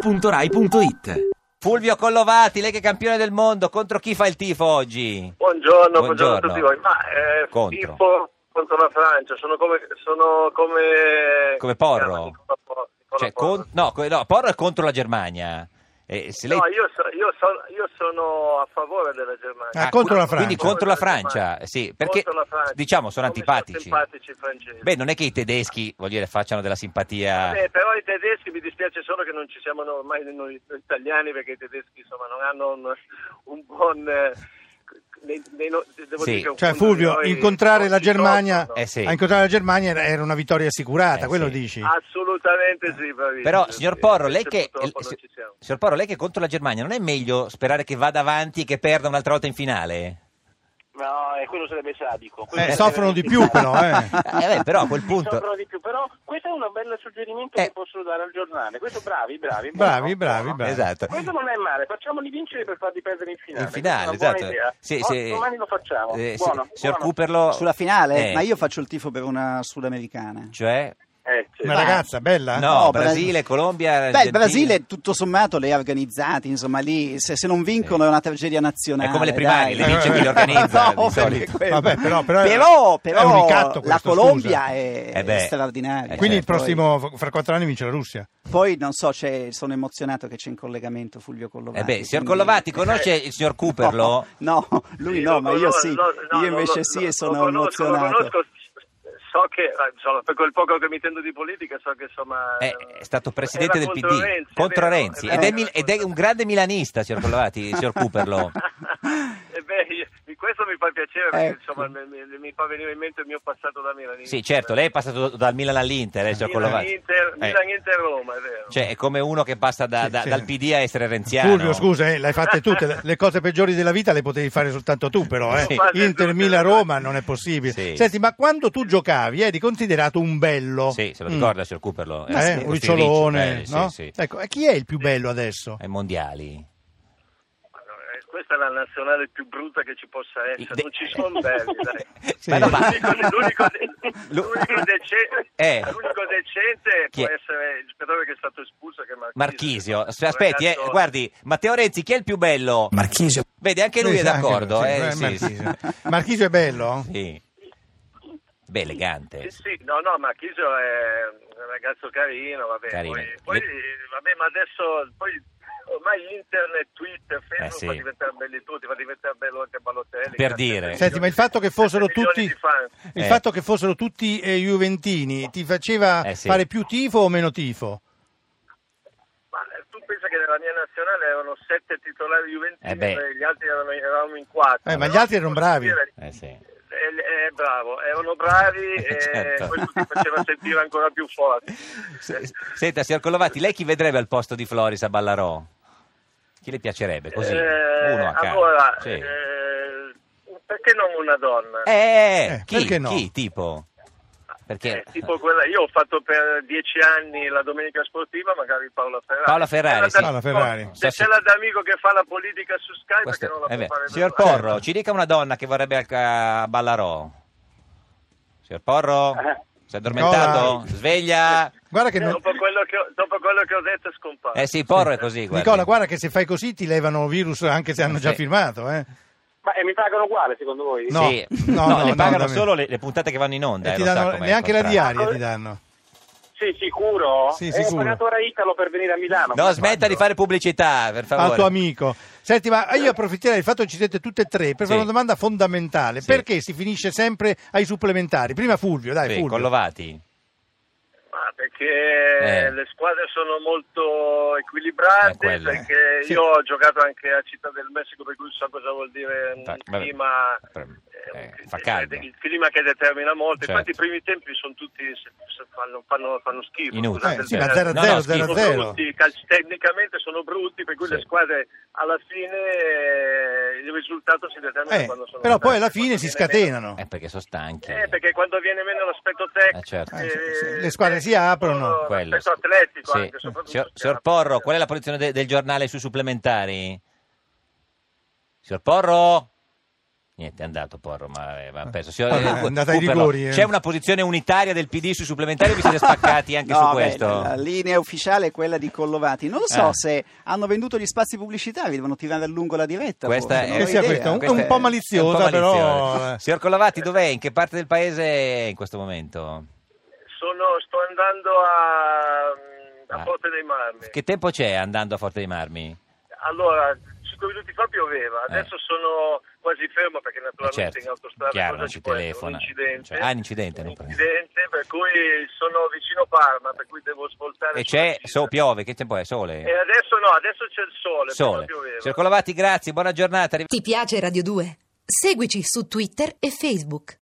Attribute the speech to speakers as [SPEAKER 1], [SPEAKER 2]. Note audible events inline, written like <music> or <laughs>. [SPEAKER 1] radio2pod.rai.it
[SPEAKER 2] Fulvio Collovati, lei che è campione del mondo, contro chi fa il tifo oggi?
[SPEAKER 3] Buongiorno, buongiorno,
[SPEAKER 2] Buongiorno.
[SPEAKER 3] a tutti voi. Ma eh,
[SPEAKER 2] Contro.
[SPEAKER 3] tifo contro la Francia, sono come sono come
[SPEAKER 2] Come Porro?
[SPEAKER 3] si chiama? Nicola Porro, Nicola
[SPEAKER 2] Cioè,
[SPEAKER 3] Porro.
[SPEAKER 2] con- no, co- no, Porro è contro la Germania. Eh, se lei-
[SPEAKER 3] No, io, so- io sono- io sono a favore della Germania.
[SPEAKER 4] Ah, contro la Francia.
[SPEAKER 2] Quindi contro la
[SPEAKER 3] Contro la
[SPEAKER 2] Francia,
[SPEAKER 3] Germania.
[SPEAKER 2] sì, perché
[SPEAKER 3] Contro la Francia.
[SPEAKER 2] diciamo
[SPEAKER 3] Come
[SPEAKER 2] sono antipatici.
[SPEAKER 3] sono simpatici i francesi.
[SPEAKER 2] Beh, non è che i tedeschi, voglio dire, facciano della simpatia.
[SPEAKER 3] Vabbè, però i tedeschi mi dispiace solo che non ci siamo no- ormai noi noi italiani perché i tedeschi insomma non hanno un, un buon eh, nei- nei no- devo
[SPEAKER 2] Sì.
[SPEAKER 3] dire che un
[SPEAKER 4] Cioè,
[SPEAKER 3] fondo
[SPEAKER 4] Fulvio,
[SPEAKER 3] di noi
[SPEAKER 4] incontrare
[SPEAKER 3] non
[SPEAKER 4] la
[SPEAKER 3] si
[SPEAKER 4] Germania-
[SPEAKER 3] sopportano.
[SPEAKER 2] Eh sì.
[SPEAKER 4] A incontrare la Germania era- era una vittoria assicurata,
[SPEAKER 2] Eh,
[SPEAKER 4] quello
[SPEAKER 2] sì. Eh.
[SPEAKER 4] dici?
[SPEAKER 3] Assolutamente sì, bravissimo.
[SPEAKER 2] Però, signor Porro, lei
[SPEAKER 3] Invece
[SPEAKER 2] che,
[SPEAKER 3] purtroppo
[SPEAKER 2] eh,
[SPEAKER 3] non
[SPEAKER 2] si-
[SPEAKER 3] ci siamo.
[SPEAKER 2] signor Porro, lei che è contro la Germania, non è meglio sperare che vada avanti e che perda un'altra volta in
[SPEAKER 5] <laughs>
[SPEAKER 2] finale?
[SPEAKER 6] No, e quello sarebbe sadico. Quello
[SPEAKER 4] Eh,
[SPEAKER 6] sarebbe
[SPEAKER 4] soffrono di più però,
[SPEAKER 2] <laughs>
[SPEAKER 4] eh.
[SPEAKER 2] Eh, beh, però a
[SPEAKER 6] <laughs>
[SPEAKER 2] quel punto.
[SPEAKER 6] Soffrono di più, però questo è un bel suggerimento
[SPEAKER 2] Eh.
[SPEAKER 6] che posso dare al giornale. Questo bravi, bravi. buono,
[SPEAKER 4] Bravi, bravi,
[SPEAKER 6] buono.
[SPEAKER 4] bravi.
[SPEAKER 2] Esatto.
[SPEAKER 6] Questo non è male, facciamoli vincere per farli perdere in finale.
[SPEAKER 2] In finale,
[SPEAKER 6] Questa è una
[SPEAKER 2] esatto.
[SPEAKER 6] buona idea.
[SPEAKER 2] Sì,
[SPEAKER 6] Oh,
[SPEAKER 2] sì.
[SPEAKER 6] Domani lo facciamo.
[SPEAKER 2] Eh, sì,
[SPEAKER 6] buono.
[SPEAKER 2] signor
[SPEAKER 6] buono.
[SPEAKER 2] Cooperlo.
[SPEAKER 5] Sulla finale?
[SPEAKER 2] Eh,
[SPEAKER 5] Ma io faccio il tifo per una sudamericana.
[SPEAKER 2] Cioè,
[SPEAKER 6] Eh, sì.
[SPEAKER 4] Una ragazza bella?
[SPEAKER 2] no,
[SPEAKER 5] no,
[SPEAKER 2] Brasile,
[SPEAKER 5] Brasile-
[SPEAKER 2] Colombia.
[SPEAKER 5] Beh, il
[SPEAKER 2] Argentina.
[SPEAKER 5] Brasile tutto sommato le ha organizzate, insomma lì se, se non vincono è una tragedia nazionale.
[SPEAKER 2] È come le primarie,
[SPEAKER 5] dai.
[SPEAKER 2] le vince chi le organizza,
[SPEAKER 5] <laughs> No,
[SPEAKER 2] di solito.
[SPEAKER 5] perché quello-
[SPEAKER 4] Vabbè, però- però-
[SPEAKER 5] Però-
[SPEAKER 4] è
[SPEAKER 5] però
[SPEAKER 4] un ricatto
[SPEAKER 5] la
[SPEAKER 4] questo,
[SPEAKER 5] Colombia
[SPEAKER 4] scusa.
[SPEAKER 5] è,
[SPEAKER 2] Eh beh,
[SPEAKER 5] è straordinaria.
[SPEAKER 2] eh,
[SPEAKER 4] Quindi il
[SPEAKER 2] certo.
[SPEAKER 4] prossimo, fra quattro anni vince la Russia.
[SPEAKER 5] Poi, poi non so, c'è- sono emozionato che c'è in collegamento Fulvio Collovati.
[SPEAKER 2] Eh beh, signor
[SPEAKER 5] quindi- <laughs>
[SPEAKER 2] Collovati, conosce il signor Cooperlo?
[SPEAKER 3] Eh,
[SPEAKER 5] No, no, lui
[SPEAKER 3] Sì,
[SPEAKER 5] no,
[SPEAKER 3] lo
[SPEAKER 5] ma io
[SPEAKER 3] conosco,
[SPEAKER 5] sì,
[SPEAKER 3] lo- no,
[SPEAKER 5] io
[SPEAKER 3] lo-
[SPEAKER 5] invece
[SPEAKER 3] lo-
[SPEAKER 5] sì e
[SPEAKER 3] lo
[SPEAKER 5] sono
[SPEAKER 3] conosco, lo
[SPEAKER 5] emozionato.
[SPEAKER 3] conosco, so che, eh, insomma, per quel poco che mi intendo di politica, so che insomma...
[SPEAKER 2] È Eh, è stato presidente
[SPEAKER 3] era
[SPEAKER 2] del PD
[SPEAKER 3] contro Renzi, è
[SPEAKER 2] contro
[SPEAKER 3] vero,
[SPEAKER 2] Renzi
[SPEAKER 3] vero,
[SPEAKER 2] ed è,
[SPEAKER 3] era
[SPEAKER 2] mil- ed
[SPEAKER 3] contro
[SPEAKER 2] è un grande milanista, signor Collovati,
[SPEAKER 3] <laughs>
[SPEAKER 2] signor Cooperlo.
[SPEAKER 3] Eh beh, io- di questo mi fa piacere perché
[SPEAKER 5] Ecco.
[SPEAKER 3] insomma mi, mi- mi fa venire in mente il mio passato da Milano.
[SPEAKER 2] Sì, certo, lei è passato dal Milan all'Inter, eh, signor
[SPEAKER 3] Milan,
[SPEAKER 2] Collovati.
[SPEAKER 3] Inter,
[SPEAKER 2] Eh,
[SPEAKER 3] Milan Inter Roma, è vero.
[SPEAKER 2] cioè, è come uno che passa da-
[SPEAKER 4] Sì,
[SPEAKER 2] da-
[SPEAKER 4] sì.
[SPEAKER 2] dal PD a essere renziano.
[SPEAKER 4] Fulvio, scusa, eh, l'hai fatte tutte. Le- Le cose peggiori della vita le potevi fare soltanto tu, però. Eh.
[SPEAKER 2] Sì.
[SPEAKER 4] Inter, Milan, Roma non è possibile.
[SPEAKER 2] Sì.
[SPEAKER 4] Senti, ma quando tu giocavi eri considerato un bello.
[SPEAKER 2] Sì, se lo
[SPEAKER 4] Mm.
[SPEAKER 2] ricorda, signor Cooperlo.
[SPEAKER 4] Eh,
[SPEAKER 2] Eh,
[SPEAKER 4] un
[SPEAKER 2] questi
[SPEAKER 4] ricciolone,
[SPEAKER 2] ricci, eh,
[SPEAKER 4] no?
[SPEAKER 2] sì, sì.
[SPEAKER 4] Ecco, e chi è il più bello adesso?
[SPEAKER 2] Ai mondiali.
[SPEAKER 3] Eh, Questa è la nazionale più brutta che ci possa essere,
[SPEAKER 2] De-
[SPEAKER 3] non ci sono belli, dai.
[SPEAKER 4] Sì.
[SPEAKER 2] Ma Eh, no, ma-
[SPEAKER 3] L'unico, l'unico de-
[SPEAKER 2] Lu-
[SPEAKER 3] l'unico decente,
[SPEAKER 2] <laughs> Eh.
[SPEAKER 3] l'unico decente
[SPEAKER 2] Chi
[SPEAKER 3] può
[SPEAKER 2] è?
[SPEAKER 3] essere il giocatore che è stato espulso che è
[SPEAKER 2] <laughs> Marchisio,
[SPEAKER 3] Marchisio.
[SPEAKER 2] As- aspetti, eh,
[SPEAKER 3] Ragazzo- guardi
[SPEAKER 2] guardi, Matteo Renzi, chi è il più bello?
[SPEAKER 1] Marchisio
[SPEAKER 2] Vedi, anche lui
[SPEAKER 4] Sì,
[SPEAKER 2] è
[SPEAKER 4] sì,
[SPEAKER 2] d'accordo.
[SPEAKER 4] anche lui,
[SPEAKER 2] eh,
[SPEAKER 4] sì,
[SPEAKER 2] sì, sì.
[SPEAKER 4] Marchisio. Marchisio è bello?
[SPEAKER 2] Sì. Beh, elegante.
[SPEAKER 3] Sì, sì, no, no, Marchisio è un ragazzo carino, vabbè,
[SPEAKER 2] Carino.
[SPEAKER 3] Poi, poi,
[SPEAKER 2] Le-
[SPEAKER 3] eh, vabbè, ma adesso poi ormai internet, Twitter, Facebook
[SPEAKER 2] Eh, sì.
[SPEAKER 3] fa diventare belli tutti, fa diventare bello anche Balotelli.
[SPEAKER 2] Per
[SPEAKER 3] Grazie
[SPEAKER 2] dire.
[SPEAKER 3] a
[SPEAKER 4] Senti, ma il fatto che fossero
[SPEAKER 3] Eh, milioni
[SPEAKER 4] tutti
[SPEAKER 3] di fan.
[SPEAKER 4] il
[SPEAKER 2] Eh.
[SPEAKER 4] fatto che fossero tutti eh, Juventini ti faceva
[SPEAKER 2] Eh, sì.
[SPEAKER 4] fare più tifo o meno tifo?
[SPEAKER 3] Ma eh, tu pensa che nella mia nazionale erano sette titolari
[SPEAKER 2] Eh
[SPEAKER 3] juventini
[SPEAKER 2] beh.
[SPEAKER 3] e gli altri erano, eravamo in quattro.
[SPEAKER 4] Eh, ma
[SPEAKER 3] Però
[SPEAKER 4] gli altri
[SPEAKER 3] ti
[SPEAKER 4] erano
[SPEAKER 3] posso
[SPEAKER 4] bravi.
[SPEAKER 3] dire,
[SPEAKER 2] Eh, sì.
[SPEAKER 3] eh, eh, bravo, erano
[SPEAKER 2] <laughs>
[SPEAKER 3] bravi e
[SPEAKER 2] Certo.
[SPEAKER 3] questo ti faceva sentire ancora più forte.
[SPEAKER 2] S- s- Senta, signor Collovati, lei chi vedrebbe al posto di Floris a Ballarò? Chi le piacerebbe? Così,
[SPEAKER 3] Eh,
[SPEAKER 2] uno a caso.
[SPEAKER 3] Allora,
[SPEAKER 2] Sì.
[SPEAKER 3] eh, perché non una donna?
[SPEAKER 2] Eh,
[SPEAKER 4] Eh,
[SPEAKER 2] chi,
[SPEAKER 4] perché no?
[SPEAKER 2] chi, tipo? Perché...
[SPEAKER 3] Eh, tipo quella, io ho fatto per dieci anni la domenica sportiva, magari Paola Ferrari.
[SPEAKER 2] Paola Ferrari,
[SPEAKER 3] C'è la
[SPEAKER 2] sì.
[SPEAKER 4] Paola Ferrari.
[SPEAKER 3] Se c'è la d'amico che fa la politica su Skype,
[SPEAKER 2] Questo-
[SPEAKER 3] perché non la può
[SPEAKER 2] eh beh,
[SPEAKER 3] fare per
[SPEAKER 2] signor
[SPEAKER 3] noi?
[SPEAKER 2] Porro, ci dica una donna che vorrebbe al- a Ballarò. Signor Porro,
[SPEAKER 3] Eh.
[SPEAKER 2] si è addormentato?
[SPEAKER 4] Nicola?
[SPEAKER 2] Sveglia!
[SPEAKER 4] Guarda che non-
[SPEAKER 3] Dopo quello che ho, dopo quello che ho detto è scomparso.
[SPEAKER 2] Eh sì, Porro è così, guarda.
[SPEAKER 4] Nicola, guarda che se fai così ti levano virus anche se hanno già
[SPEAKER 2] Sì.
[SPEAKER 4] firmato, eh.
[SPEAKER 6] Ma e mi pagano uguale secondo voi?
[SPEAKER 4] No,
[SPEAKER 2] Sì.
[SPEAKER 4] no,
[SPEAKER 2] No,
[SPEAKER 4] no,
[SPEAKER 2] le
[SPEAKER 4] no,
[SPEAKER 2] pagano
[SPEAKER 4] dammi.
[SPEAKER 2] solo le, le puntate che vanno in onda,
[SPEAKER 4] E
[SPEAKER 2] eh,
[SPEAKER 4] ti
[SPEAKER 2] lo sa
[SPEAKER 4] danno-
[SPEAKER 2] com'è il
[SPEAKER 4] neanche la
[SPEAKER 2] contratto.
[SPEAKER 4] diaria ti
[SPEAKER 3] Ah,
[SPEAKER 4] danno.
[SPEAKER 6] Sì, sicuro?
[SPEAKER 4] Sì,
[SPEAKER 6] Eh,
[SPEAKER 4] sicuro.
[SPEAKER 6] Ho pagato ora Italo per venire a Milano.
[SPEAKER 2] No, smetta di fare pubblicità, per favore.
[SPEAKER 4] Al tuo amico. Senti, ma
[SPEAKER 3] Eh.
[SPEAKER 4] io approfitterei del fatto che ci siete tutte e tre
[SPEAKER 2] Sì.
[SPEAKER 4] per fare una domanda fondamentale.
[SPEAKER 2] Sì.
[SPEAKER 4] Perché si finisce sempre ai supplementari? Prima Fulvio, dai,
[SPEAKER 2] Sì,
[SPEAKER 4] Fulvio.
[SPEAKER 2] Collovati.
[SPEAKER 3] Ma perché
[SPEAKER 2] Eh.
[SPEAKER 3] le squadre sono molto
[SPEAKER 2] Eh,
[SPEAKER 3] equilibrate,
[SPEAKER 2] quello, eh.
[SPEAKER 3] perché
[SPEAKER 4] <laughs> Sì.
[SPEAKER 3] io ho giocato anche a Città del Messico, per cui so cosa vuol dire un
[SPEAKER 2] Fa- vabbè.
[SPEAKER 3] clima,
[SPEAKER 2] Eh,
[SPEAKER 3] un-
[SPEAKER 2] fa caldo.
[SPEAKER 3] il clima che determina molto.
[SPEAKER 2] Certo.
[SPEAKER 3] Infatti i primi tempi sono tutti, se- se fanno, fanno- fanno schifo.
[SPEAKER 2] Inutili.
[SPEAKER 3] Scusate
[SPEAKER 4] Eh,
[SPEAKER 3] il
[SPEAKER 4] sì, ma
[SPEAKER 3] termine.
[SPEAKER 4] 0-0,
[SPEAKER 2] No, no, schifo.
[SPEAKER 4] 0-0.
[SPEAKER 3] Sono brutti, cal- tecnicamente sono brutti, per cui
[SPEAKER 2] Sì.
[SPEAKER 3] le squadre alla fine eh, il risultato si determina
[SPEAKER 4] Eh,
[SPEAKER 3] quando sono
[SPEAKER 4] però poi alla
[SPEAKER 3] stanche,
[SPEAKER 4] fine
[SPEAKER 3] quando
[SPEAKER 4] si
[SPEAKER 3] viene meno-
[SPEAKER 4] scatenano.
[SPEAKER 2] Eh, perché sono stanchi.
[SPEAKER 3] eh, perché quando viene meno l'aspetto tecnico,
[SPEAKER 2] Eh, certo.
[SPEAKER 4] Eh, sì, sì. Le squadre si aprono.
[SPEAKER 2] Quello.
[SPEAKER 3] L'aspetto atletico,
[SPEAKER 2] Sì.
[SPEAKER 3] anche, soprattutto
[SPEAKER 2] Signor,
[SPEAKER 3] si
[SPEAKER 2] signor
[SPEAKER 3] apre.
[SPEAKER 2] Porro, qual è la posizione de- del giornale sui supplementari? Signor Porro? Niente, è andato Porro, ma eh, va perso.
[SPEAKER 4] Vabbè, Ah, è andata ai
[SPEAKER 2] Cooperlo,
[SPEAKER 4] rigori, eh.
[SPEAKER 2] C'è una posizione unitaria del PD sui supplementari o vi siete spaccati anche
[SPEAKER 5] <laughs> No,
[SPEAKER 2] su
[SPEAKER 5] beh,
[SPEAKER 2] questo?
[SPEAKER 5] La linea ufficiale è quella di Collovati. Non lo so
[SPEAKER 2] Ah.
[SPEAKER 5] se hanno venduto gli spazi pubblicitari, devono tirare a lungo la diretta.
[SPEAKER 2] Questa
[SPEAKER 5] forse,
[SPEAKER 2] è-
[SPEAKER 5] non ho
[SPEAKER 4] Che sia
[SPEAKER 5] idea.
[SPEAKER 4] questa, un-
[SPEAKER 2] Questa
[SPEAKER 4] un po'
[SPEAKER 2] è
[SPEAKER 4] maliziosa,
[SPEAKER 2] un po'
[SPEAKER 4] però,
[SPEAKER 2] maliziosa.
[SPEAKER 4] eh.
[SPEAKER 2] Signor Collavati, dov'è? In che parte del paese è in questo momento?
[SPEAKER 3] Sono, sto andando a, mm, a
[SPEAKER 2] Ah.
[SPEAKER 3] Forte dei Marmi.
[SPEAKER 2] Che tempo c'è andando a Forte dei Marmi?
[SPEAKER 3] Allora, 5 minuti fa pioveva,
[SPEAKER 2] Eh.
[SPEAKER 3] adesso sono quasi fermo perché
[SPEAKER 2] Eh,
[SPEAKER 3] naturalmente
[SPEAKER 2] certo,
[SPEAKER 3] in autostrada
[SPEAKER 2] chiaro,
[SPEAKER 3] cosa
[SPEAKER 2] non
[SPEAKER 3] ci
[SPEAKER 2] ci
[SPEAKER 3] può essere?
[SPEAKER 2] telefona.
[SPEAKER 3] Un incidente.
[SPEAKER 2] Cioè, ah, un incidente, non
[SPEAKER 3] Un
[SPEAKER 2] prego.
[SPEAKER 3] incidente, per cui sono vicino Parma, per cui devo svoltare.
[SPEAKER 2] E
[SPEAKER 3] sulla
[SPEAKER 2] c'è,
[SPEAKER 3] Sicilia.
[SPEAKER 2] so, piove, che tempo è? Sole?
[SPEAKER 3] E adesso no, adesso c'è il sole,
[SPEAKER 2] Sole.
[SPEAKER 3] prima pioveva.
[SPEAKER 2] Signor Collavati, grazie, buona giornata. arrivederci.
[SPEAKER 1] Ti piace Radio 2? Seguici su Twitter e Facebook.